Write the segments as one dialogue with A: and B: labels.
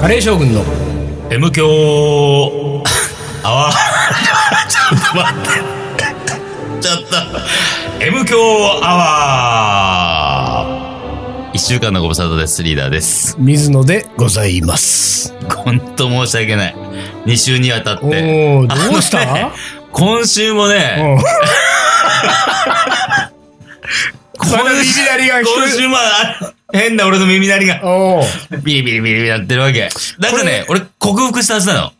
A: 平将軍の
B: M 強あわ ちょっと待ってちょっと M 強アワー一週間のご無沙汰ですリーダーです
A: 水野でございます。
B: 本当申し訳ない二週にわたっ
A: おお
B: て
A: ー、どうし
B: あの
A: た
B: ね？今週もね
A: うん
B: 今
A: まだ耳鳴りが聞こえ
B: 今週もあ変な俺の耳鳴りが
A: おお、
B: ビリビリビリビリなってるわけだからね俺克服したは ずなの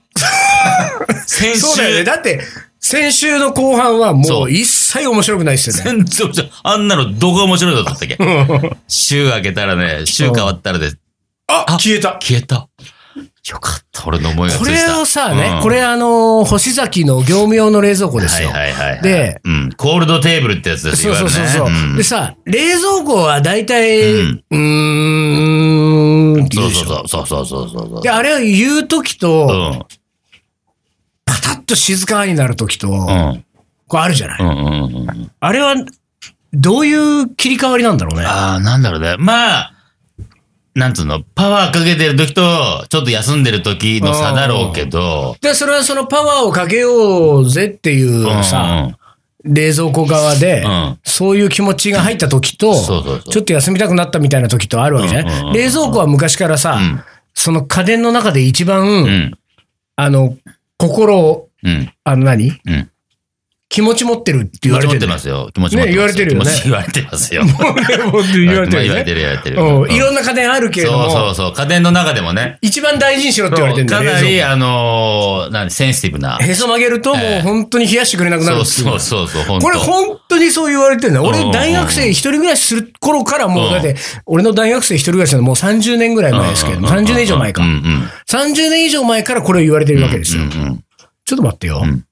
B: 先週
A: そうだよね。だって先週の後半はも
B: そう
A: う一切面白くないっすよね。
B: 全然面白いあんなのどこが面白いのだったっけ週明けたらね、週変わったらで
A: あ
B: あ
A: 消えた。
B: 消えた。よかった、俺の思いがついた。
A: これをさね、
B: うん
A: これあのー星崎の業務用の冷蔵庫ですよ。
B: はいはいはいはい。
A: で、
B: うん、コールドテーブルってやつです
A: そ
B: よ、
A: うそうそうそう、
B: いわゆるね
A: でさ、冷蔵庫は大体、
B: う
A: うんーん、んって言うでしょ。
B: うん、そうそうそうそうそうそうそう。
A: で、あれを言うときと、
B: うん、
A: パタッと静かになるときと、
B: うん、
A: こうあるじゃない、
B: うん、うんうん。
A: あれは、どういう切り替わりなんだろうね。
B: ああ、なんだろうね。まあ、なんつうの、パワーかけてる時と、ちょっと休んでる時の差だろうけど、
A: で、それはそのパワーをかけようぜっていう
B: うん、
A: さ、冷蔵庫側で、
B: うん
A: そういう気持ちが入った時と、
B: そうそうそう
A: ちょっと休みたくなったみたいな時とあるわけじゃない、
B: うんうんうん
A: 冷蔵庫は昔からさ、
B: うん
A: その家電の中で一番、
B: うん、うん、
A: あの、心を、
B: うん、
A: あの何
B: うん。
A: 気持ち持ってるって
B: 気
A: 言
B: 持
A: わ
B: ち
A: れ
B: 持
A: て
B: って
A: る。
B: ますよ。気持ち持ってます
A: ね言われてるよね
B: 気持ち言われてます よ。
A: もうねもう言われて
B: まあ
A: る
B: 言
A: よ
B: わ
A: ね
B: れてる、言われてる。
A: う
B: うん
A: ん、いろんな家電あるけれども、
B: そうそうそう。家電の中でもね。
A: 一番大事にしろって言われてるんだ
B: か
A: よ
B: なり、
A: ね。
B: あのー、なんセンシティブな。
A: へそ曲げるとも
B: ええ
A: う本当に冷やしてくれなくなる
B: そ
A: っ
B: う
A: ていう
B: そうそうそう、本当
A: これ本当にそう言われてるんだ。
B: うんうんう
A: 俺
B: ん
A: 大学生一人暮らしする頃からも
B: う
A: う、
B: ん
A: だって、俺の大学生一人暮らしのもう30年ぐらい前ですけど、
B: うんうんうんうん
A: 30年以上前か
B: うん。うん。
A: 30年以上前からこれを言われてるわけですよ
B: う。んうん
A: ちょっと待ってよ
B: うん。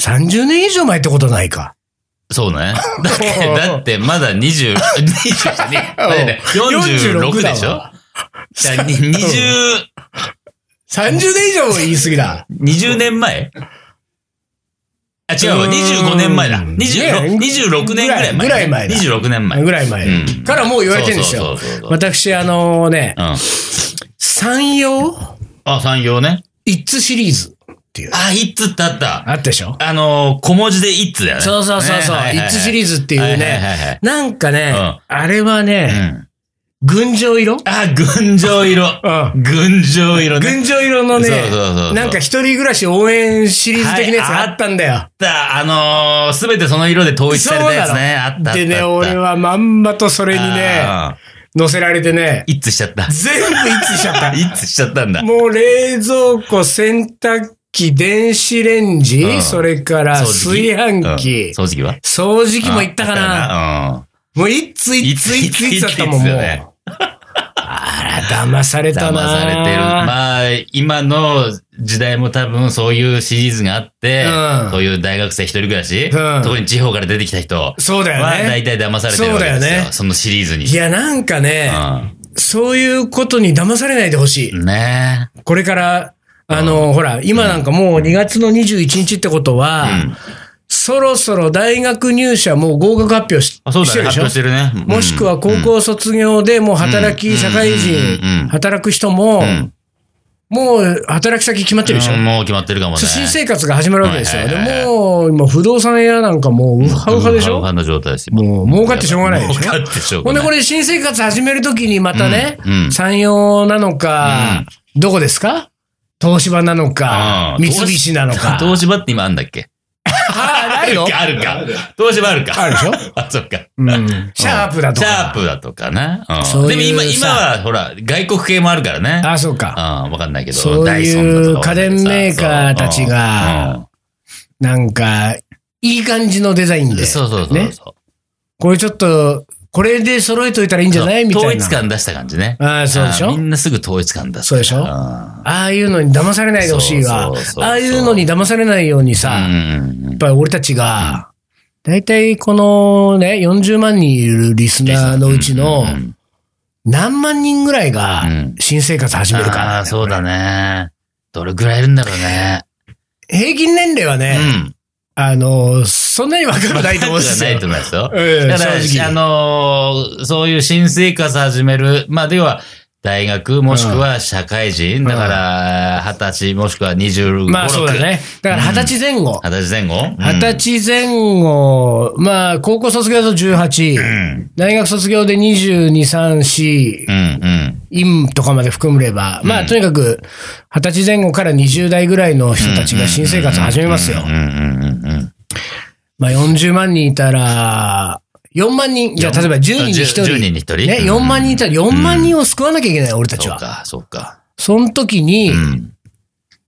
A: 30年以上前ってことないか。
B: そ うね。だって、だってまだ20、20じゃねえ だってね46でし
A: だ
B: ょ
A: わ
B: じゃあに20、
A: 30年以上言い過ぎだ。
B: 20年前あ、違うわ、
A: うーん
B: 25年前だ。
A: ね
B: 26 26年ぐらい前。
A: ぐらい前だ
B: 26年前。
A: ぐらい前
B: うん
A: からもう言われてるんです
B: そう
A: よ
B: そうそう。そう
A: 私、あのね
B: う、ん。
A: 山陽
B: あ、産業ね。
A: 一通シリーズっていう。
B: あ、いつってあった。
A: あったでしょ
B: あのー、小文字でいつだよね。
A: そうそうそうそう。イッツシリー
B: ズっ
A: ズっていうね。なんかね、
B: うん
A: あれはね、群青色
B: あ、群青色。
A: うん
B: 群青色ね。
A: 群青色のね
B: そうそうそうそう、
A: なんか一人暮らし応援シリーズ的なやつがあったんだよ。
B: だ、あのー、すべてその色で統一されたやつね。あったあったあった。
A: でね、俺はまんまとそれにね、
B: あ
A: 乗せられてね
B: ー、、いつしちゃった。
A: 全部一致しちゃった。
B: いつしちゃったんだ。
A: もう冷蔵庫、洗濯機、電子レンジ、
B: うん
A: それから炊飯器、
B: うん掃除機は
A: 掃除機もいったかな。
B: な。
A: もういついついついつだったもん、
B: いついつ
A: も
B: いつよ
A: う。
B: ね
A: あら、騙され
B: うん。
A: た
B: 騙
A: な
B: されてる。まあ、今の時代も多分そういうシリーズがあって
A: う、ん
B: そういう大学生一人暮らし、
A: うん
B: 特に地方から出てきた人、
A: そうだよ
B: は大
A: ね。
B: 体騙されてるわけ
A: そうだ
B: です
A: よ
B: よ。
A: ね
B: そのシリーズに
A: い。や、なんかね、そういうことに騙されないでほしい。
B: うんねえ。
A: これから、あの、ほら、今なんかもう2月の21日ってことは、
B: うん
A: そろそろ大学入社もう合格発表し
B: あそうだ
A: して
B: ね。
A: るでし
B: 発
A: ょ
B: 表してるね。うん
A: もしくは高校卒業でもう働き、
B: うん
A: 社会人、
B: うんうん
A: 働く人も、
B: うん
A: もう働き先決まってるでしょ、
B: うんもう決まってるかもね。
A: そう新生活が始まるわけですよ。
B: はい
A: で
B: はいはいはい
A: もう、今、不動産屋なんかもう、ウハウハでし
B: ウハウ
A: ょ
B: ハな状態ですよ。
A: もう、儲かってしょうがないでし
B: 儲
A: ょ
B: かってしょう
A: ほ
B: が
A: んで、
B: ない。
A: これ、新生活始めるときに、またね
B: うんうん、
A: 山陽なのか、どこですか東芝なのか、
B: うん
A: 三菱なのか。
B: 東芝って今あんだっけ
A: ああ、ないの
B: あるか。東芝あるか。
A: あるでしょ
B: あ、そっか。
A: うんシャープだと
B: シャー
A: か。
B: プだとかね。うん
A: そういう
B: でも今、
A: さ
B: 今は、ほら、外国系もあるからね。
A: あ、そうか。
B: うん、わかんないけど。
A: そういう
B: ダイソンだとかわかんないけどさ
A: 家電メーカーたちが
B: うん
A: なんか、いい感じのデザイン
B: うん
A: で。
B: そうそうそうそう。
A: ね。これちょっと、これで揃えといたらいいんじゃないみたいな。
B: 統一感出した感じね。
A: ああ、そうでし
B: ん
A: ょ
B: みんなすぐ統一感出す
A: そ
B: から。
A: うでしょ
B: ん
A: ああいうのに騙されないでほしいわ
B: そうそうそう。そう
A: ああいうのに騙されないように
B: う
A: さ、や
B: ん
A: っぱり俺たちが、だいたいこのね、40万人いるリスナーのうちの
B: うんう、ん
A: 何万人ぐらいが
B: うん
A: 新生活始めるか
B: あ
A: ら
B: あ、。そうだね。どれぐらいいるんだろうね。
A: 平均年齢は
B: う
A: ね、
B: ん。
A: あの、そんなに若くないと思うんです
B: な
A: よ
B: いと。思いますよ。
A: ええ
B: だから、
A: 正直
B: あのーそういう新生活始める、まあ、では、大学もしくは社会人、だから、二十歳もしくは二十五、
A: まあそうだね。だから二十歳前後。
B: 二十歳前後
A: 二十歳前後、まあ、高校卒業だと18、大学卒業で22、3、4、
B: うん、うん、うん。
A: 院とかまで含めれば、まあ、とにかく、二十歳前後から20代ぐらいの人たちが新生活始めますよ
B: う。ん、うん、うん、うん。
A: まあ、40万人いたら、4万人、じゃあ、例えば10人に1人。
B: 10人に1人
A: ね、4万人いたら4万人を救わなきゃいけない、俺たち
B: そう
A: は。
B: か、そうか。
A: その時に
B: う、ん、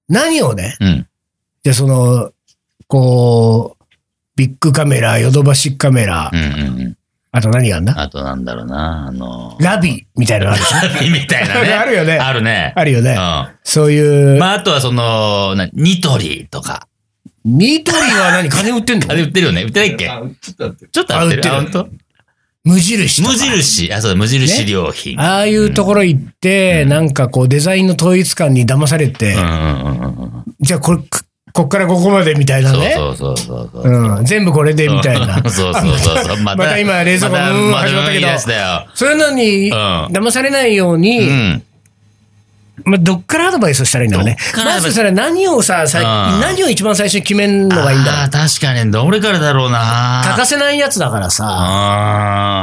A: 何をね、
B: うん、
A: じゃあその、こう、ビッグカメラ、ヨドバシカメラ
B: う、ん、うんうん。
A: あと何があんだ
B: あとなんだろうな、あ の、
A: ラビみたいなのあ るでしょ
B: みたいなね。
A: あるよね
B: あるね。
A: あるよ
B: う
A: ね
B: ん。。
A: そういう、
B: まあ、あとはその、なニトリとか。
A: ニトリは何金売ってんの
B: あれ売ってるよね売ってないっけ
C: あ、ちょっと待って。
B: ちょっと売ってる。
A: あ
B: あ
A: 売ってる
B: 本
A: 無
B: 当
A: 印とか
B: 無印。あ、そうだ、無印良品。
A: ああいうところ行って、なんかこうデザインの統一感に騙されて、
B: うんうんうんうん。
A: じゃあこれ、ここっからここまでみたいなね。
B: そうそうそうそうそう。
A: うん、全部これでみたいな。
B: そうそうそう そう。ま
A: また今冷蔵庫
B: また
A: うん始まったけど
B: いいやつだよ。
A: そういうのに、
B: ん
A: 騙されないよう
B: う
A: に、
B: ん。
A: まあ、どっからアドバイスをしたらいいんだろうね
B: どっ。から
A: ま
B: アドバイス
A: ずそれは何をさ、さ
B: うん
A: 何を一番最初に決めんのがいいんだろう
B: ああ、。確かに。どれからだろうな。
A: 欠かせないやつだからさ、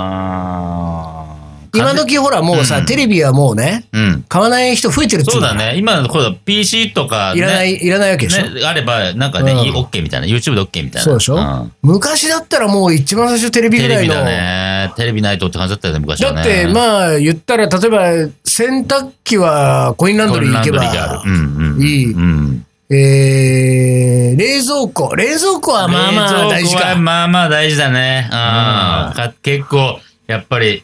B: ああ。
A: 今時ほらもうさ、テレビはもうね、
B: うん。
A: 買わない人増えてるってい
B: そうう
A: の
B: だね。今のこうだ PC とかね。
A: いらない、いらないわけでしょ。
B: ね、あれば、なんかね、
A: うん
B: いい OK みたいな。YouTube で OK みたいな。
A: そうでしょ、
B: ん
A: 昔だったらもう一番最初テレビぐ
B: テレ
A: らい
B: ビ
A: の。
B: だね。テレビないとって感じだったよね、昔は
A: だっ
B: ね。
A: て、
B: あ、
A: まあ、言ったら、例えば、洗濯機はコインランドリー行けば、
B: ある。うんうんうん。
A: いい
B: うん。
A: えー、冷蔵庫。冷蔵庫はまあまあ大事
B: 冷蔵庫は
A: か。
B: まあまあ大事だね。うん。か結構、やっぱり、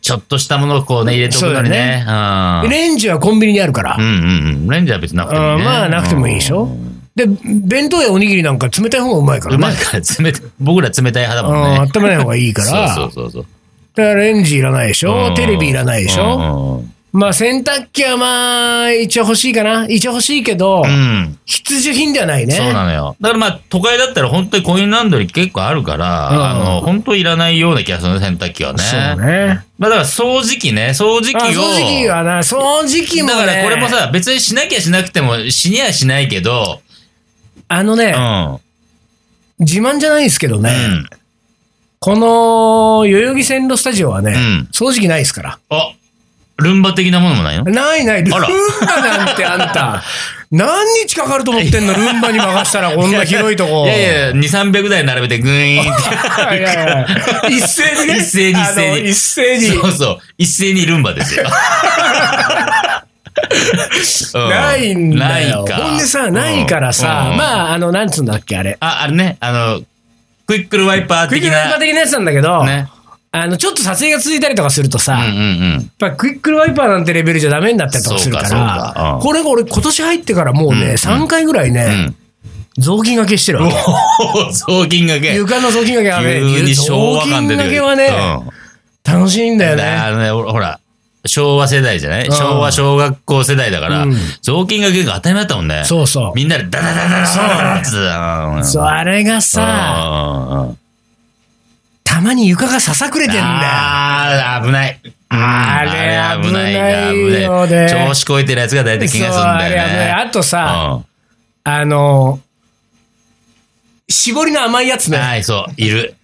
B: ちょっとしたものをこうね、入れておくのにね。うん。
A: レンジはコンビニにあるから。
B: うんうんうん。レンジは別になくてもいい、
A: あー
B: ね。
A: まあ、なくてもいいでしょ、で、弁当やおにぎりなんか冷たい方がうまいか
B: うん。う
A: ら
B: まい
A: ね。
B: から冷たい、僕ら冷たい派だ
A: うん、
B: もんね。
A: 温めない方がいいから。
B: そうそうそう
A: だからレンジいらないでし
B: そう。う
A: ょ
B: ん
A: テレビいらないでしょ、
B: ょ
A: まあ、洗濯機はまあ、一応欲しいかな。一応欲しいけど、
B: うん。
A: 必需品ではないね。
B: そうなのよ。だからまあ、都会だったら本当にコインランドリー結構あるから、
A: うん
B: あの、本当いらないような気がするね、洗濯機はね。
A: そうね。
B: まあだから掃除機ね、掃除機を。
A: あ掃除機はな、掃除機も、ね、
B: だからこれも、さ、別にしなきゃしなくても、しにはしないけど、
A: あの
B: う
A: ね、
B: ん。
A: 自慢じゃないですけど
B: う
A: ね、
B: ん。
A: この代々木線路スタジオはね、
B: うん
A: 掃除機ないですから。
B: あ、ルンバ的なものもないの
A: ないない、ルン
B: あ
A: バ
B: ら
A: なんてあんた、 何日かかると思ってんの、ルンバに任 したらこんな広いとこ。
B: いやいや、2、300台並べてグイーンっ
A: いやいや一斉にね。
B: 一斉に一斉に
A: あの一斉
B: て。
A: に。
B: そうそう。一斉にルンバですよ。う
A: ないんだよ。
B: ないか
A: ほんでさ、ないからさ、
B: うん
A: まあ、あの、なんつうんだっけ、あれ。
B: あ、あれね、あの、クイックルワイパー
A: クイッ
B: 的
A: クルワイパ
B: な
A: ー。的なやつなんだけど、
B: ね。
A: あの、ちょっと撮影が続いたりとかするとさ、
B: うん
A: やっ
B: うんうん。
A: ぱクイックルワイパーなんてレベルじゃダメになったりとかするから、
B: そうかそうかうん
A: これが俺今年入ってからもうね、
B: うんうん
A: 3回ぐらいね、
B: うん。
A: 雑巾がけしてるわけ。
B: おー雑巾がけ。
A: 床の雑巾がけはね、
B: 急に昭和感
A: 雑巾
B: 出て
A: が
B: く
A: け
B: る。
A: はね、
B: うん
A: 楽しいんだよね。
B: あのね、ほらほら、昭和世代じゃない
A: ん
B: 昭和小学校世代だから、
A: うん
B: 雑巾が結構当たり前だったもんね。
A: そうそう
B: みんなでダダダダダダダダ
A: そう、あれがさ、
B: ああ
A: たまに床がささくれてんだよ。
B: あー、危ない。うん
A: あれ危ないよね
B: 危ない調子こいてるやつが大体気がするんだよ
A: そうあれ危ない
B: ね。
A: あとさ
B: うん、
A: あの、絞りの甘いやつね。
B: はい、そう、いる。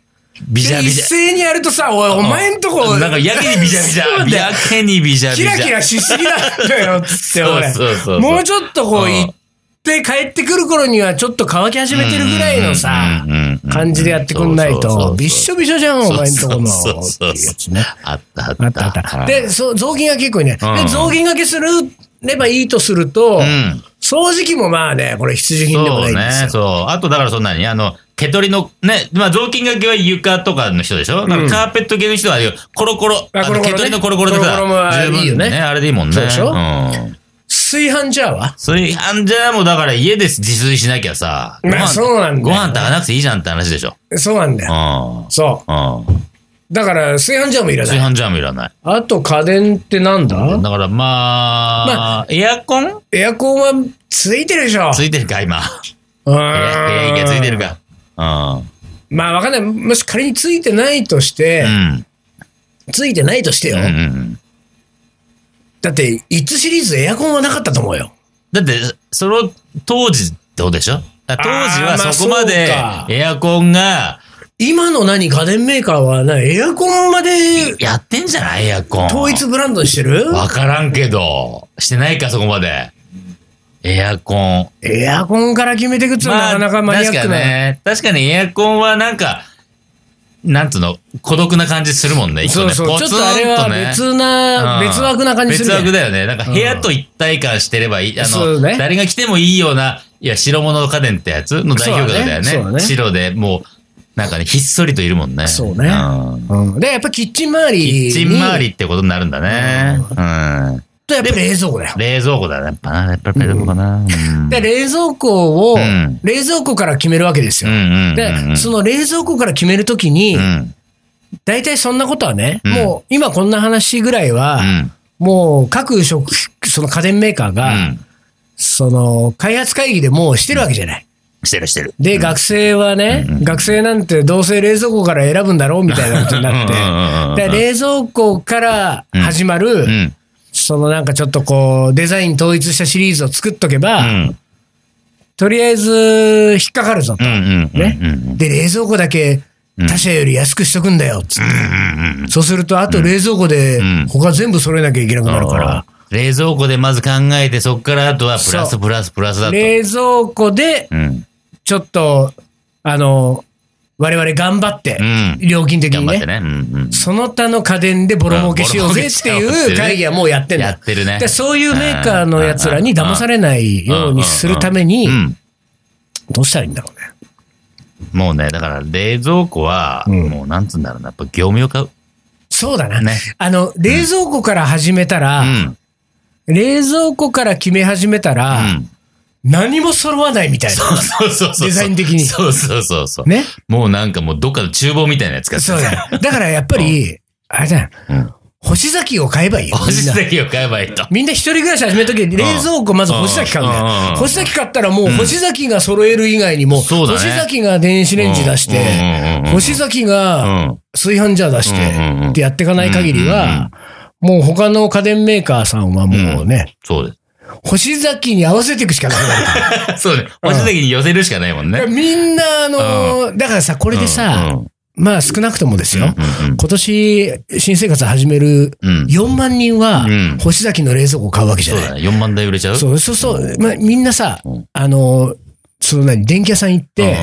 B: ビジャビ
A: 一
B: ジャ。
A: 斉にやるとさ、おい、お前んとこ、
B: なんかやけにビジャビジ
A: そう
B: ャ。
A: だよ
B: やけにビジャビジ
A: キ
B: ャ。
A: ラキラしすぎなんだよ、つって、俺
B: そうそうそうそ。う
A: もうちょっとこう、
B: うん
A: 行って帰ってくる頃には、ちょっと乾き始めてるぐらいのさ
B: うんうんうんうんうん、
A: 感じでやってくんない
B: そうそうそうそ
A: と、
B: う
A: びっしょびしょじゃん、お前んとこの。
B: そうそうそうそう
A: っていうやつね。
B: あったあった。
A: あったあった。で、そう雑巾が結構ね。
B: う
A: で、
B: ん
A: 雑巾がけする、ればいいとすると、
B: ん
A: 掃除機もまあね、これ必需品でも
B: そ
A: な
B: う
A: いんです
B: ね
A: よ。、
B: そう。あと、だからそんなに、あの、手取りの、ね、まあ、雑巾掛けは床とかの人でしょ、なんかカーペット系の人は、コロコロ、
A: あ
B: あの
A: コロコロね
B: 手取りのコロコロでさ
A: コロコロも
B: 十分
A: いいよね
B: あれでいいもんね。
A: そうでしょ
B: うん。
A: 炊飯ジャーは
B: 炊飯じゃもうだから家で自炊しなきゃさ、
A: まあそうなんだよ
B: ご飯炊かなくていいじゃんって話でしょ。
A: そうなんだ
B: う
A: よ。
B: ん。
A: そ
B: うん。
A: う。だから、炊飯ジャーもいらな
B: 炊
A: い。
B: 飯ジャーもいらない。
A: あと、家電ってなんだ
B: だからま
A: ま
B: あ、エアコン
A: エアコンはついてるでしょ。
B: ついてるか、今。
A: う
B: エアエア
A: ー
B: コ
A: ん
B: ンついてるか。うん。
A: まあ、わかんない。もし仮についてないとして
B: う、ん。
A: ついてないとしてよ
B: う。ん。
A: だって、イッツシリーズエアコンはなかったと思うよ。
B: だって、その当時ってことでしょだから当時
A: あーま
B: は
A: あ
B: そこまで
A: そうか
B: エアコンが
A: 今の何家電メーカーはな、エアコンまで
B: やってんじゃないエアコン。
A: 統一ブランドにしてる
B: わからんけど、してないか、そこまで。エアコン。
A: エアコンから決めていくっつうのはなかなかマニアック
B: 確か
A: な。
B: ね。確かにエアコンはなんか、なんつうの、孤独な感じするもんね。一個
A: そう
B: ね
A: そう。
B: ポ
A: ち
B: ツ
A: ょ
B: ン
A: っと
B: と
A: あれは
B: ね
A: 別な、
B: うん
A: 別枠な感じするじ
B: 別
A: ゃん
B: 枠だよね。なんか部屋と一体感してればいい。あ
A: そう
B: の、
A: ね
B: 誰が来てもいいような、いや、白物家電ってやつの代表格だよ
A: そうだねそうだ
B: ね。
A: ね
B: 白で、もう、なんかね、ひっそりといるもんね。
A: そうね
B: ん
A: うん、で、やっぱキッチン周りに。
B: キッチン周りってことになるんだね。うん。
A: とやっぱ冷蔵庫だよ。
B: 冷蔵庫だね。やっぱな。やっぱり冷蔵庫かな。うん
A: で、冷蔵庫を、
B: うん
A: 冷蔵庫から決めるわけです
B: うん
A: よ。
B: うんうんうん
A: で、その冷蔵庫から決めるときに、
B: うん
A: 大体そんなことはね、
B: うん
A: もう今こんな話ぐらいは、
B: うん
A: もう各食、その家電メーカーが、
B: うん
A: その開発会議でもうしてるわけじゃない。
B: してるしてる。
A: で、学生はね、学生なんてどうせ冷蔵庫から選ぶんだろうみたいなことになって、
B: うんうんうんうん
A: で冷蔵庫から始まる、
B: うん。
A: そのなんかちょっとこう、デザイン統一したシリーズを作っとけ
B: う
A: ば、
B: ん。
A: とりあえず引っかかるぞと。
B: うんうんうん。
A: ね
B: うんうん。
A: で、冷蔵庫だけ他社より安くしとくんだよ、つって。そうすると、あと冷蔵庫で
B: ん
A: 他全部揃えなきゃいけなくなるから、
B: 冷蔵庫でまず考えて、そっからあとはプラ
A: そ
B: ス
A: う
B: プラスプラスだと。
A: 冷蔵庫で
B: うん。
A: ちょっと、あの、我々頑張って
B: う、ん。
A: 料金的
B: 頑
A: に
B: 張
A: ね
B: って。ね。うんうん。
A: その他の家電でボロ儲けしようぜっていう会議はもうやってんだ。
B: やってるね
A: で、そういうメーカーのやつらに騙されないようにするために
B: う、ん。
A: どうしたらいいんだろうね。
B: もうね、だから冷蔵庫は、
A: うん
B: もうなんつうんだろうな、やっぱ業務用買う。
A: そうだな。
B: ね
A: あの、冷蔵庫から始めた
B: う
A: ら、
B: ん。
A: 冷蔵庫から決め始めた
B: う
A: ら、
B: ん。
A: 何も揃わないみたいな。
B: そうそうそうそう。
A: デザイン的に
B: そうそうそうそう。
A: ね。
B: もうなんかもうどっかの厨房みたいなやつ買って
A: そう だ。 だからやっぱり、あれだよ
B: うん。
A: 星崎を買えばいいよ。
B: 干
A: みん
B: し
A: な
B: 先を買えばいいと。
A: みんな一人暮らし始めるとき、冷蔵庫まず星崎買うんだ
B: うん
A: よ。星崎買ったらもう星崎が揃える以外にも、
B: そうだね
A: 星崎が電子レンジ出し
B: うんうんうん
A: て
B: うん、
A: 星崎が
B: うん。
A: 炊飯ジャー出し
B: うんうんう
A: て
B: ん
A: ってやっていかない限りは、もう他の家電メーカーさんはもうね、
B: そうです。
A: 星崎に合わせていくしかなくなるから。
B: そうね。おしに寄せるしかないもん
A: だ
B: ね
A: か。らみんな、あのー、だからさ、これでさ、
B: うん、
A: まあ少なくともですよ、
B: うんうん
A: 今年新生活始める
B: うん
A: 4万人は
B: うん
A: 星崎の冷蔵庫を買うわけじゃ
B: そう
A: ない。
B: だね。4万台売れちゃう
A: そうそうそう。まあ、みんなさ
B: うん、
A: あの、その何、電気屋さん行って、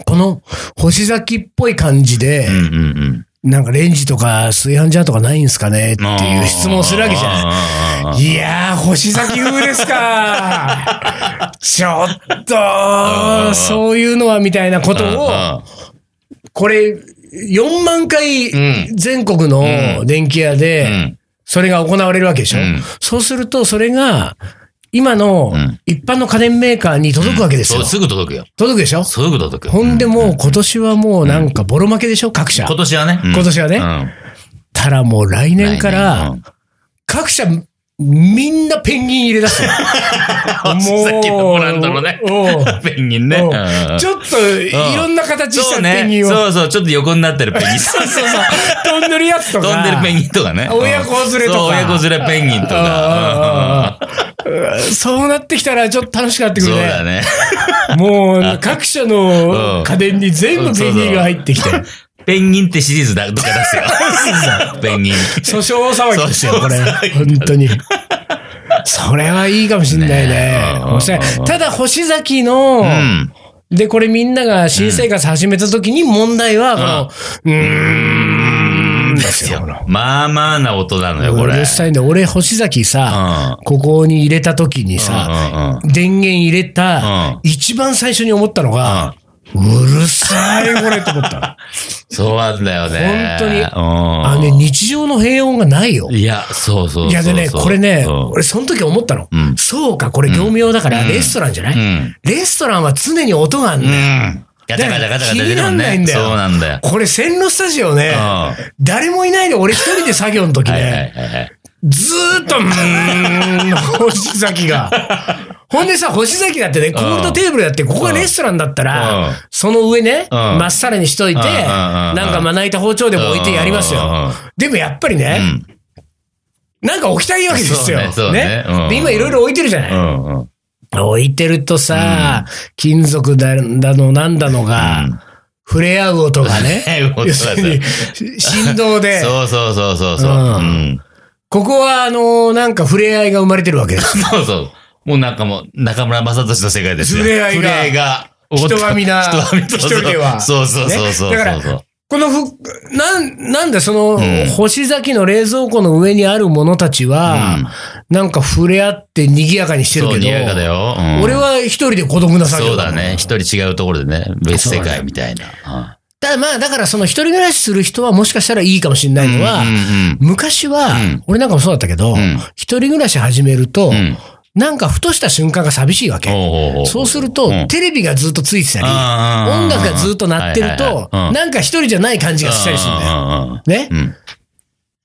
B: う
A: この星崎っぽい感じで、
B: んうんうんうん。
A: なんかレンジとか炊飯ジャーとかないんすかねっていう質問をするわけじゃ
B: ゃ
A: ない。いやー、星崎風ですか ちょっと、そういうのはみたいなことを、これ、4万回
B: うん
A: 全国の電気屋
B: う
A: で、
B: ん。
A: それが行われるわけでしょ、
B: うん
A: そうすると、それが、今の
B: うん
A: 一般の家電メーカーに届くわけですよ。
B: そう、すぐ届くよ。
A: 届くでしょ
B: すぐ届く。
A: ほんで
B: う
A: もう今年はもうなんかボロ負けでしょ各社。
B: 今年はね。うん
A: 今年はね
B: う
A: たらもう来
B: ん
A: 年か
B: 来
A: ら
B: 年、
A: 各社みんなペンギン入れ出 すよ。
B: 星崎のブランドのね
A: お
B: うんペンギンね。
A: お
B: うん
A: ちょっといろんな形し
B: そ
A: た
B: う
A: ペンギ
B: ね。
A: ンを。
B: そうそう、ちょっと横になってるペンギン。
A: そうそうそう。飛んでるやつとか。
B: 飛んでるペンギンとかね。
A: 親子連れとか
B: そう親子連れペンギンとか。
A: あーうんそうなってきたらちょっと楽しくなって
B: うん
A: く
B: そ
A: る
B: う
A: ね
B: だ。ね。
A: もう各社
B: う
A: の
B: ん
A: 家電に全部ペンギンが入ってきて。
B: ペンギンってシリーズだ、どっか出すよ。ペンギン。
A: 訴訟騒ぎですよ、
B: 訴訟
A: これ
B: 騒。ぎ
A: 本当に。それはいいかもしんない
B: ね
A: ね。
B: え
A: おしゃれただ、星崎の、
B: うん。
A: で、これみんなが新生活始めた時に問題は、この、うーん、ですよ。この
B: まあまあな音なのよ、こ
A: う
B: れ。
A: るさいんで、俺、星崎さ、ここに入れた時に
B: うんうん
A: さ、電源入れ
B: うん
A: た、一番最初に思ったのが、うるさい、これ、と思った。
B: そうなんだよね。
A: 本当に
B: うん
A: あのね、日常の平穏がないよ。
B: いや、そうそうそうそう。
A: いやでね、これね、
B: うん
A: 俺その時思ったの
B: うん。
A: そうか、これ業務用だからレストランじゃな
B: う
A: い
B: ん。
A: レストランは常に音があん
B: う
A: のよ
B: ん。ガチャガチャガチャガチャ出てるもん
A: だから気になんない
B: ね。
A: んだ
B: そう
A: よ
B: なんだよ。
A: これ線路スタジオね
B: うん、は
A: 誰もいないで俺一人で作業の時
B: いはいはい
A: ね、
B: はい。
A: ずーっと、うーん、星崎 が。ほんでさ、星崎だってね、コールドテーブルだって、ここがレストランだった
B: うん
A: ら、その上ね、
B: うん
A: まっさらにしといて、
B: うんうんうんうん
A: なんかまな板包丁でも置いてやります
B: うんうんうん
A: よ。でもやっぱりね、なんか置きたいわけですよ。
B: そうねそうねうん
A: で、今いろいろ置いてるじゃない、
B: うんうん。
A: 置いてるとさ、金属だだのなんだのが、
B: うん
A: 触れ合う音が ね
B: 触れ合う音、が
A: 要するにし振動で、
B: そうそうそうそうそう。
A: うん
B: うん。
A: ここはあのーなんか触れ合いが生まれてるわけ です。
B: そうそう。もうなんかもう、中村正俊の世界ですよ。
A: 触れ合いが
B: 触れ合いが。
A: 人は皆
B: 人は皆
A: 一人では
B: そうそうそうそうそう。
A: ねだから
B: そう
A: このふ、なん、なんだその、
B: ん
A: 星崎の冷蔵庫の上にあるものたちは、なんか触れ合って賑やかにしてる
B: そう、
A: けど、
B: にやかだよ。うん
A: 俺は一人で孤独な作
B: そ
A: 業
B: うだ
A: もん
B: ね。一人違うところでね。別世界みたいな。
A: ただまあ、だからその一人暮らしする人はもしかしたらいいかもしれな
B: う
A: い
B: ん
A: のは、
B: うん
A: 昔は、
B: うん
A: 俺なんかもそうだったけど、
B: ん
A: 一人暮らし始めると、
B: うん。うん。
A: なんかふとした瞬間が寂しいわけ。
B: ほうほうほう
A: そうすると、
B: うん
A: テレビがずっとついてたり、音
B: 音
A: 楽がずっと鳴ってると、なんか一人じゃない感じがしたりするんだよ。
B: よ。
A: ね、
B: うん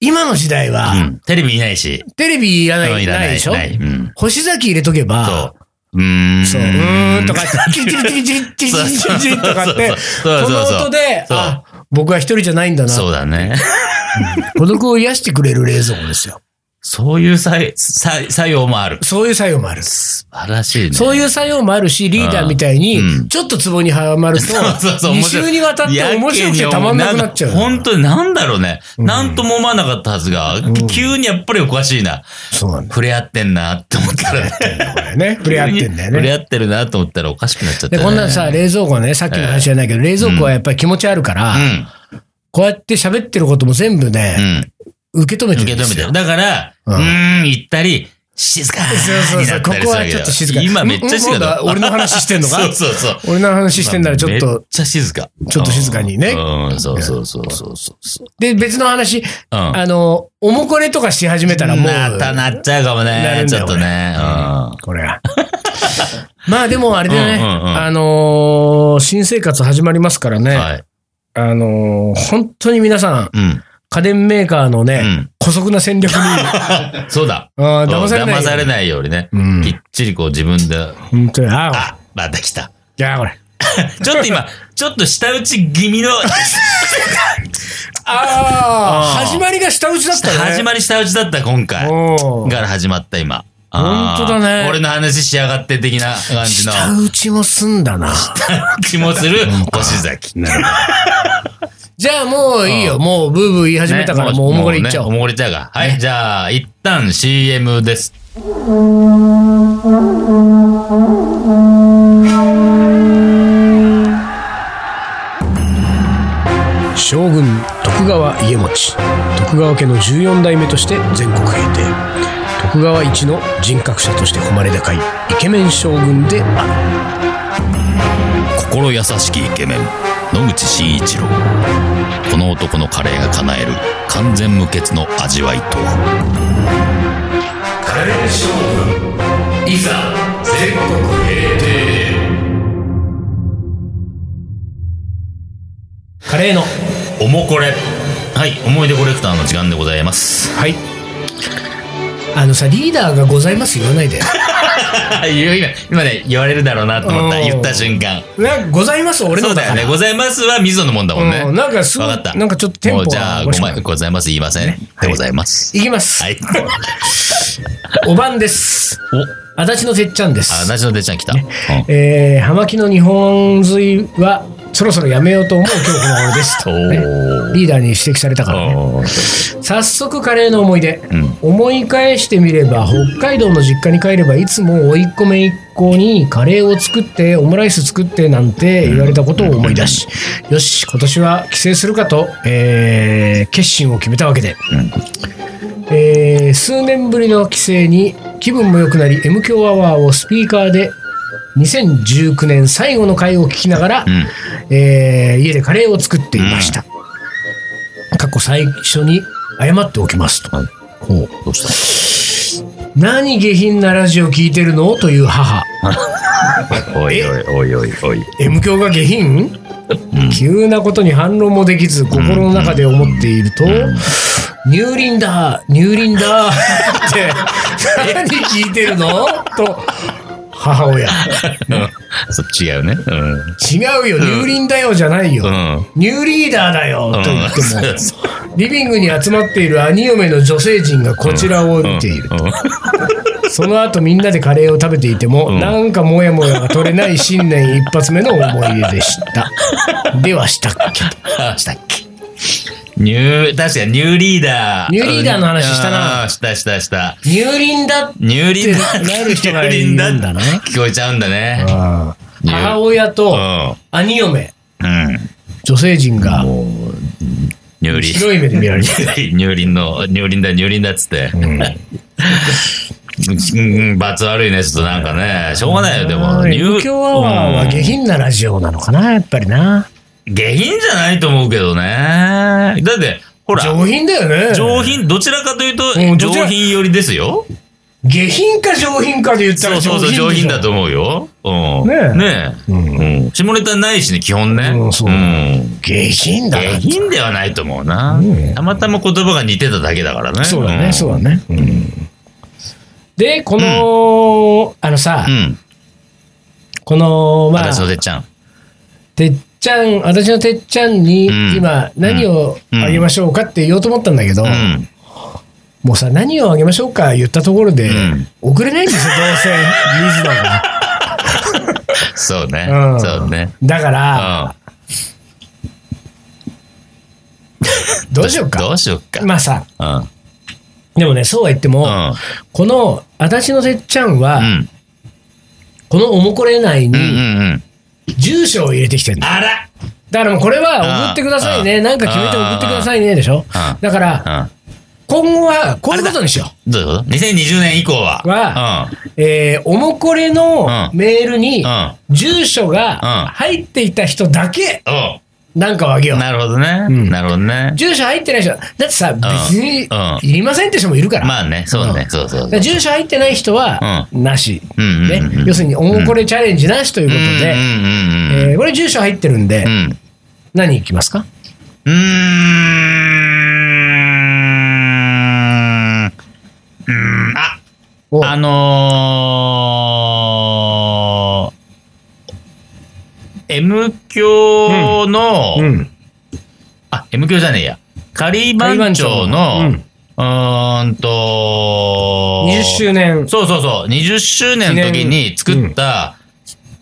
A: 今の時代は、
B: うんテレビいないし。
A: テレビいらない,、
B: うんいら
A: ないでしょ
B: ないうん
A: 星崎入れとけば
B: そ、う。うーん。
A: そう、うーんとか、チリチリチリチリチリチリチリとかって、こ
B: そうそうそうそう
A: の
B: そう
A: 音で、
B: そう
A: あ、僕は一人じゃないんだな
B: そう だね。
A: 孤独を癒してくれる冷蔵庫ですよ。
B: そういう作作作用もある。
A: そういう作用もある。
B: 素晴らしいね。
A: そういう作用もあるし、リーダーみたいに
B: うん、
A: ちょっとツボにはまると、
B: そうそう
A: 2週にわたって面白くてたまんなくなっちゃう。
B: 本当になんだろうね。なんとも思わなかったはずが、急にやっぱりおかしいな。
A: そうなんだ。
B: 触れ合ってんなって思ったらね。
A: これね、触れ合ってんだよ
B: 触れ
A: ね。
B: 合ってるなと思ったらおかしくなっちゃった
A: で、
B: ね。
A: こんなんさ、冷蔵庫ね、さっきの話じゃないけど、冷蔵庫はやっぱり気持ちあるから、
B: う
A: こうやって喋ってることも全部
B: ん。う
A: ね、
B: ん。
A: 受け止めて
B: 受
A: る
B: け
A: んで
B: 止め
A: す
B: て
A: よ
B: る。。だから、
A: う
B: うんーん、行ったり、静か
A: そうそう
B: に
A: そ
B: な
A: う、
B: った
A: こ
B: りする
A: こ
B: わ
A: は
B: け
A: ちょ
B: だ
A: っと静か。
B: 今めっちゃ静かだ
A: んも う俺の話してんのか
B: そうそうそう。
A: 俺の話してんならちょっ
B: めっ
A: と、
B: ちゃ静か。
A: ちょっと静かにね
B: うんうん、そうそうそうそうそうそう。
A: で、別の話、
B: うん
A: あの、おもこれとかし始めたらもう、
B: なったなっちゃうかも
A: なる
B: ね
A: ん。
B: ち
A: だ
B: ょ
A: よ
B: っとね。
A: これは。 まあでもあれだね、
B: うんうんうん
A: あのー新生活始まりますから
B: う
A: ね、
B: ん。はい。
A: あのー本当に皆さん、
B: うん。
A: 家電メーカーのね、
B: うん
A: 姑息な 戦略に、
B: そうだ。
A: あー騙されない。
B: 騙されないようにね
A: ん。
B: きっちりこう自分で。
A: 本当に、ああ、
B: あ、また来た。
A: いや、これ。
B: ちょっと今、ちょっと舌打ち 気味の、
A: ああ、
B: あー
A: 始まりが下打ちだったね。
B: 始まり舌打ちだった今回。
A: おー
B: から始まった今。
A: 本当だね
B: あー俺の話しやがって的な感じの
A: 下打ちも済んだ な。
B: 気もする星崎。
A: じゃあもういいよ。もうブーブー言い始めたから、
B: ね
A: もうおもこれいっちゃお
B: も
A: う。
B: ねおもこれいっちゃうか。はい、じゃあ、一旦 CM です。
A: 将軍徳川家茂徳川家の14代目として全国平定徳川一の人格者として誉れ高いイケメン将軍である
B: 心優しきイケメン、野口真一郎。この男のカレーが叶える完全無欠の味わいとは。
C: カレー勝負いざ全国平定
A: カレーの
B: おもこれ。はい、思い出コレクターの時間でござい ます。
A: はいあのさリーダーが「ございます」言わないで
B: 今、今ね、言われるだろうなと思った。
A: うん
B: 言った瞬間。
A: 「なんかご ざいます」俺
B: そ
A: の
B: う
A: だ
B: だ
A: か
B: よ
A: ら
B: ね。ございますは水野のもんだもんね。
A: うんなんかすごい
B: わった
A: なんかちょっとテンポが
B: もうじゃ
A: お
B: あ、
A: か
B: ご
A: しくない
B: まございます言いません。でございます。
A: いきます、
B: はい。
A: おばんです
B: お、
A: 足立のてっちゃんです
B: あ、なしの出ちゃん来た。うん
A: えー、葉巻の日本水はそろそろやめようと思う今日この頃 ですと、ね
B: おー
A: リーダーに指摘されたからね
B: おー
A: 早速カレーの思い出、
B: ん
A: 思い返してみれば北海道の実家に帰ればいつも甥いっ子姪っ子にカレーを作ってオムライス作ってなんて言われたことを思い出し、よし今年は帰省するかと、えー決心を決めたわけで、えー数年ぶりの帰省に気分も良くなり M 強アワーをスピーカーで2019年最後の回を聞きながら、
B: うん。
A: えー家でカレーを作っていました、過去最初に謝っておきますと、
B: ほう、どうし
A: 何下品なラジオ聞いてるのという母
B: たおいおいおいおいおい。
A: M 教が下品、急なことに反論もできず心の中で思っていると、乳輪だ乳輪だっ て何聞いてるのと母親
B: そっち違うね。うん。
A: 違うよ乳輪だよじゃないよ、
B: うん。
A: ニューリーダーだよと言っても、
B: うん
A: リビングに集まっている兄嫁の女性陣がこちらを見ている。
B: うんうん
A: その後みんなでカレーを食べていても、
B: うん
A: なんかモヤモヤが取れない新年一発目の思い出でした。ではしたっけ
B: したっけニュー、確かにニューリーダー。
A: ニューリーダーの話したな
B: うん。うんしたしたした。
A: 入輪だ
B: ニューリーダ
A: っ
B: ー。
A: てなる人がいるんだな
B: ニューリーダー聞こえちゃうんだね。ニュー
A: 母親
B: う
A: と
B: ん。
A: 兄嫁、
B: うん。
A: 女性陣が
B: もう、ニューリー。
A: 白い目で見られてる。
B: ニューリンの、ニューリンだ、ニューリンだっつって。うん、罰悪いね、ちょっとなんかね。しょうがないよ、でも。ニュー
A: 東京アワーは下品なラジオなのかな、やっぱりな。
B: 下品じゃないと思うけどね。だって、ほら、
A: 上品だよね。
B: 上。品、どちらかというと
A: う、ん
B: 上
A: どちら
B: 品寄りですよ。
A: 下品か上品かで言った
B: そ
A: ら
B: うそうそう、上品だと思うよ。う
A: ね
B: ん。
A: え
B: ねえ。うん。下ネタないしね、基本ね。。
A: うんそうん下品だ
B: 下
A: な。
B: 品ではないと思うな
A: うん。
B: たまたま言葉が似てただけだからね。
A: そうだね、
B: ん
A: そうだね。で、この、あのさ、
B: うん。
A: この、まあ、
B: 私のてっちゃん。
A: てっちゃん、私のてっちゃんに
B: うん
A: 今何をあげましょうかって言おうと思ったんだけど、
B: うん。
A: もうさ、何をあげましょうか言ったところで
B: うん、
A: 送れないんです よ、どうせ、水野が。
B: そうね
A: う。ん
B: そうね。
A: だか
B: う
A: ら、
B: ん。
A: どうしよう
B: ど
A: か。
B: うしよっか。
A: まあさ、
B: うん。
A: でもね、そうは言っても、
B: うん。
A: この、私のてっちゃんは、
B: うん。
A: このおもこれ内
B: う
A: に、
B: ん。うん。
A: 住所を入れてきてるんだ。
B: あら
A: だからもうこれは送ってくださいね。
B: うん
A: なんか決めて送ってくださいね。でしょ
B: うん
A: だから、今後は、こういうことにしよ
B: うん。どういうこと ?2020 年以降は。
A: はう。えー、おもこれの
B: うん
A: メールに
B: う、ん。
A: 住所
B: うん
A: が入っていた人だけ、
B: うん。
A: なんかをあげよ
B: お
A: う。
B: なるほどね。
A: うん
B: なるほどね。
A: 住所入ってない人、だってさ、別に
B: うん、
A: いりませんって人もいるから。
B: まあね、そうね、そうそう
A: だか
B: そ
A: ら
B: う。
A: 住所入ってない人は、なし。
B: うんうんうんうん
A: ね。要するに、おもこれチャレンジなしという
B: う
A: こ
B: んう
A: と
B: ん
A: で、えーこれ住所入ってるんで
B: うんう、ん。
A: 何いきますか
B: うーん。うーん。あ、
A: お
B: あのー、M 教の、
A: うん。
B: あ、M 教じゃねえや。仮番長の、
A: 仮
B: う
A: 番
B: ーんと、
A: 20周年。
B: そうそうそう、20周年の時に作った、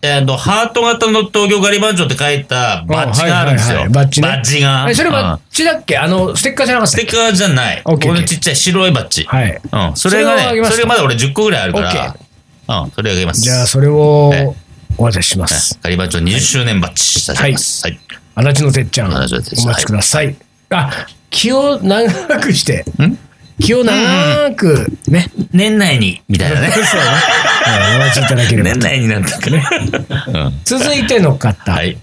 B: えっと、ハート型の東京ガリバンチョって書いたバッジがあるんです
A: はいはいは
B: よ。
A: いバッジね
B: バッジが。
A: えそれ
B: うん
A: バッチだっけあの、ステッカーじゃなかっ
B: ス
A: たっ
B: テッ
A: け
B: カーじゃない。
A: オッ
B: こ
A: ケーオッケー
B: のちっちゃい白いバッジ。
A: はい。
B: うん。それ
A: そ
B: が
A: れをあ
B: ね
A: げ、ますか
B: それまだ俺10個ぐらいあるか
A: オッケ
B: ら、うん、それあげます。
A: じゃあ、それを
B: え
A: お渡ししま
B: はい
A: す。
B: ガリバンチョ20周年バッジ差し上げます。はい。
A: 足立のてっちゃん、お
B: 足
A: 待
B: 立のてっちゃん
A: ちください。あ、気を長くして
B: ん、
A: 気を長くね、
B: 年内に、みたいな ね。
A: はいお待ちいただければ
B: 年。内になんだ から。うん。
A: 続いての方。
B: はい。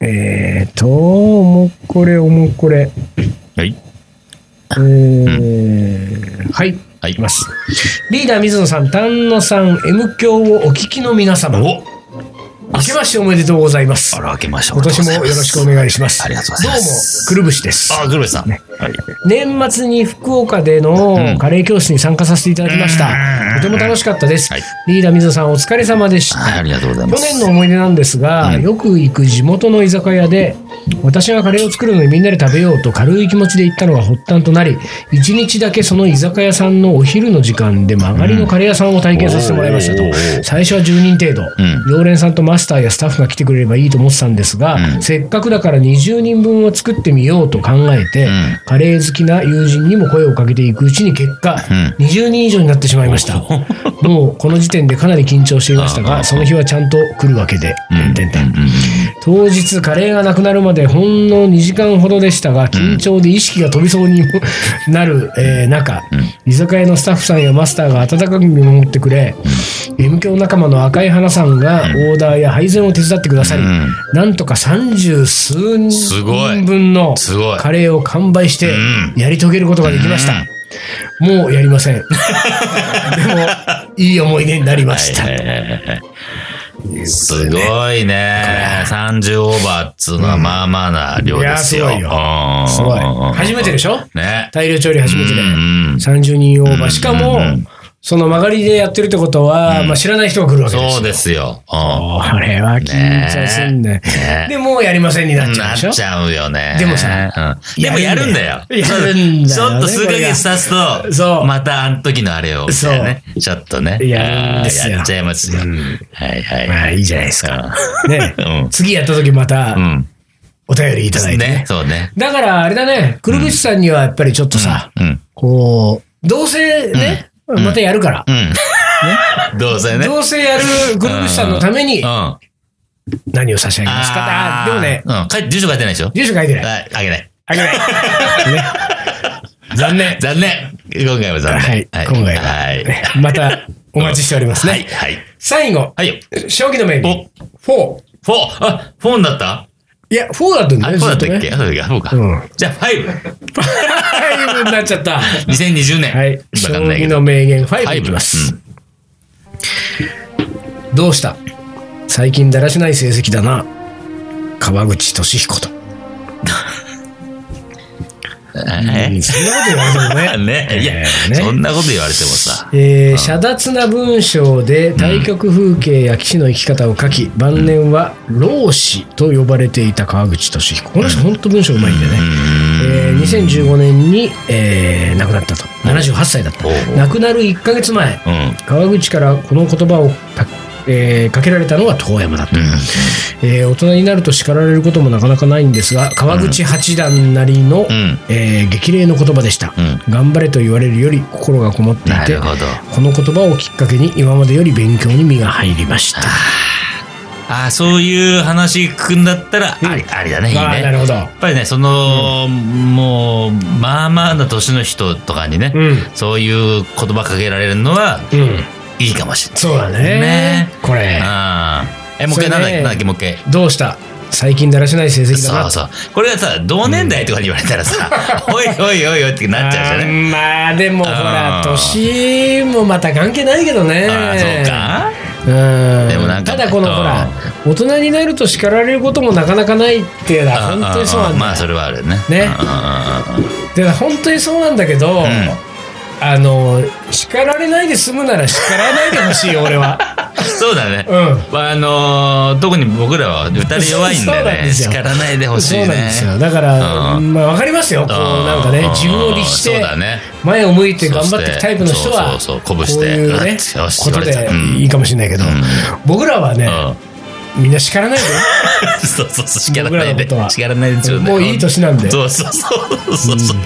A: えーと、おもこれ、おもこれ。
B: はい。
A: えーはい。
B: はい。
A: いきます。リーダー水野さん、丹野さん、M 教をお聞きの皆様、明
B: お
A: けましておめでとうございます
B: あ。ら、開けましょう。
A: 今年もよろしくお願いします。
B: ありがとうございます
A: どうも、くるぶしです。
B: あ、グルベさん。はい。
A: 年末に福岡で
B: うん
A: のカレー教室に参加させていただきました
B: うん。
A: とても楽しかったです
B: はい。
A: リーダー水野さん、お疲れ様でした。
B: はい、ありがとうございま
A: 去
B: す。
A: 年の思い出なんですが、
B: うん
A: よく行く地元の居酒屋で私がカレーを作るのにみんなで食べようと軽い気持ちで行ったのが発端となり一日だけその居酒屋さんのお昼の時間で曲がりのカレー屋さんを体験させてもらいましたと、
B: うんおー
A: 最初は10人程度、
B: ん
A: 常連さんとマスターやスタッフが来てくれればいいと思ってたんですが、
B: うん
A: せっかくだから20人分を作ってみようと考えて、
B: うん
A: カレー好きな友人にも声をかけていくうちに結果、
B: う
A: 20人以上になってしまいま した。もうこの時点でかなり緊張していました
B: ああ
A: が、その日はちゃんと来るわけで、
B: うん
A: 点々
B: うん
A: 当日カレーがなくなるまでほんの2時間ほどでしたが、緊張で意識が飛びそうになる、えー中、居酒屋のスタッフさんやマスターが温かく見守ってくれ、M 教仲間の赤い花さんがオーダーや配膳を手伝ってくださり、
B: うん
A: なんとか三十数
B: すごい
A: 人分の
B: すごい
A: カレーを完売して
B: う
A: やり遂げることができました。もうやりま せん。でも、いい思い出になりました。
B: はいはいはいはいすごいね。30オーバーっつうのはまあまあな量ですよ。
A: いやすごいよ
B: うん
A: すごい。初めてでしょ
B: ね。
A: 大量調理初めてで
B: うんうん。
A: 30人オーバー。しかも
B: うん、
A: その曲がりでやってるってことは、
B: うん
A: まあ知らない人が来るわけですよ。
B: そうですよ。うん。
A: あれは緊張すんだよ。
B: ね
A: で、もうやりませんになっちゃう
B: な
A: で
B: っ
A: しょ
B: ちゃうよね。
A: でもさ
B: うん、でもやるんだよ。
A: やるんだよ
B: ちょっと数ヶ月経つ
A: そう
B: と、またあの時のあれを、みたいなね。ちょっとね。
A: やるんですよ
B: あーやっちゃいますよ。
A: うん
B: はいはい。
A: まあいいじゃないですか。ね、
B: うん
A: 次やった時また
B: うん。うん。
A: お便りいただいて、ね
B: ね。そうね。
A: だからあれだね、くるぶしさんにはやっぱりちょっとさ、
B: うん。
A: こう、どうせね、またやるから、
B: うん。どうせね。
A: どうせやるくるぶしさんのために
B: うん。あ
A: 何を差し上げますか
B: あ
A: あ
B: ー。
A: でもね、
B: うん。書いて、住所書いてないでしょ
A: 住所書いてない。
B: はい、あげない。
A: あ げない。ね、残念。
B: 残念。今回は残念。
A: はい、今回は、
B: はい。
A: ねまたお待ちしておりますね。
B: はい。はい。
A: 最後、
B: はいよ。
A: 将棋の名
B: お
A: 義、4。
B: フォーあ、フォーになった
A: いや、4だったんだ
B: あ、
A: ね、
B: そうだった
A: ず
B: っ
A: と
B: け
A: ね
B: あそうだっけそうか。
A: うん
B: じゃあ、ファイブ。
A: 5になっちゃった。
B: 2020年。
A: はい。
B: わ
A: 将
B: かんないけ
A: 棋
B: ど。
A: の名言
B: ファ
A: 5
B: イ
A: い
B: ブ
A: きます。どうした最近だらしない成績だな。川口俊彦と。うんそん
B: え
A: なこと言われてもね。
B: ね。いや、
A: ね
B: そんなこと言われてもさ。
A: えー、遮奪な文章で対局風景や棋士の生き方を書き、晩年は老子と呼ばれていた川口俊彦この人本当文章うまいんだよね、えー2015年に、えー亡くなったと78歳だった
B: おう
A: 亡くなる1か月前
B: うん。うん。
A: 川口からこの言葉をた、えーかけられたのは遠山だと、えー大人になると叱られることもなかなかないんですが川口八段なりの、
B: うん。
A: えー激励の言葉でした、
B: うん。
A: 頑張れと言われるより心がこもってい
B: な
A: て
B: るほど。
A: この言葉をきっかけに今までより勉強に身が入りました。
B: ああ、そういう話聞くんだったら、あり、ありだね。いいね。
A: ああなるほど。
B: やっぱりねその、もうまあまあな年の人とかにね、
A: うん。
B: そういう言葉かけられるのは
A: うん。
B: いいかもしれない。
A: そうだね。
B: ね
A: これ、
B: ああえもう一
A: そ
B: 回なん
A: れ
B: だっ
A: ね
B: けなんだっけもう一回。
A: どうした最近だらしない成績だ
B: そ
A: な。
B: うそうこれがさ同年代とかに言われたらさ「 おいおいおいおい」ってなっちゃうじゃ
A: あ
B: ない。
A: ーまあでもほら
B: あー
A: 年もまた関係ないけどね
B: ああそうか
A: うん
B: でもなんか
A: ただこの
B: うん
A: ほら大人になると叱られることもなかなかないっていうのは本当にそうなんだ
B: ああまあそれはあるよね。
A: ね
B: うんうんうんうん
A: で本当にそうなんだけど、
B: ん
A: あの叱られないで済むなら叱らないでほしい俺は
B: そうだね。
A: うん
B: まああのー特に僕らは歌人弱いん
A: そうなん
B: で
A: で
B: ね
A: すよ
B: 叱らないでほしい
A: そう
B: ね。
A: なんですよだから、
B: うん
A: まあわかりますよこうなんかね自分を律し
B: うん
A: て
B: そうだね。
A: 前を向いて頑張っていくタイプの人は
B: そうそうそう
A: こ
B: 鼓
A: う
B: 舞して
A: いうね
B: よしよし
A: こと
B: 言われ
A: で
B: たうん
A: いいかもしれないけど、
B: うん
A: 僕らはね、みんな叱らないでよ
B: そうそうそう、叱ら
A: 僕ら
B: ない
A: のこ
B: で
A: とは。
B: 叱らないですよね。
A: もういい年なんで
B: そうそうそうそうそう。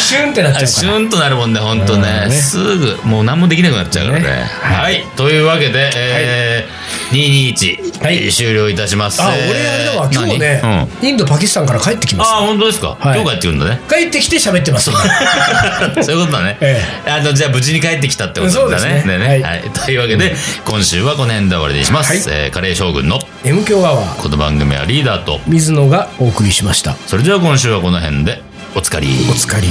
A: シュンってなっちゃ
B: あ
A: う
B: シ
A: から
B: ュンとなるもんね、ほんと
A: う
B: ね。
A: んね
B: すぐ、もう何もできなくなっちゃうからね。
A: ね
B: はい。というわけで、えー、221、
A: はい
B: 終了いたします。
A: あ俺あれだわ
B: えー
A: 今日ね、
B: 何うん
A: インドパキスタンから帰ってきま
B: あ
A: す
B: あ、本当ですか。今
A: はい
B: 日帰ってくるんだね。
A: 帰ってきて喋ってます今
B: そういうことだね。
A: え
B: あのじゃあ無事に帰ってきたってこ
A: そうで
B: とだ
A: すね
B: ね。
A: はい
B: はい。というわけで、今週はこの辺で終わりにします。えーカレー将軍の
A: M 強アワー
B: この番組はリーダーと、
A: 水野がお送りしました
B: それでは今週はこの辺で、おつかり。
A: お疲れ。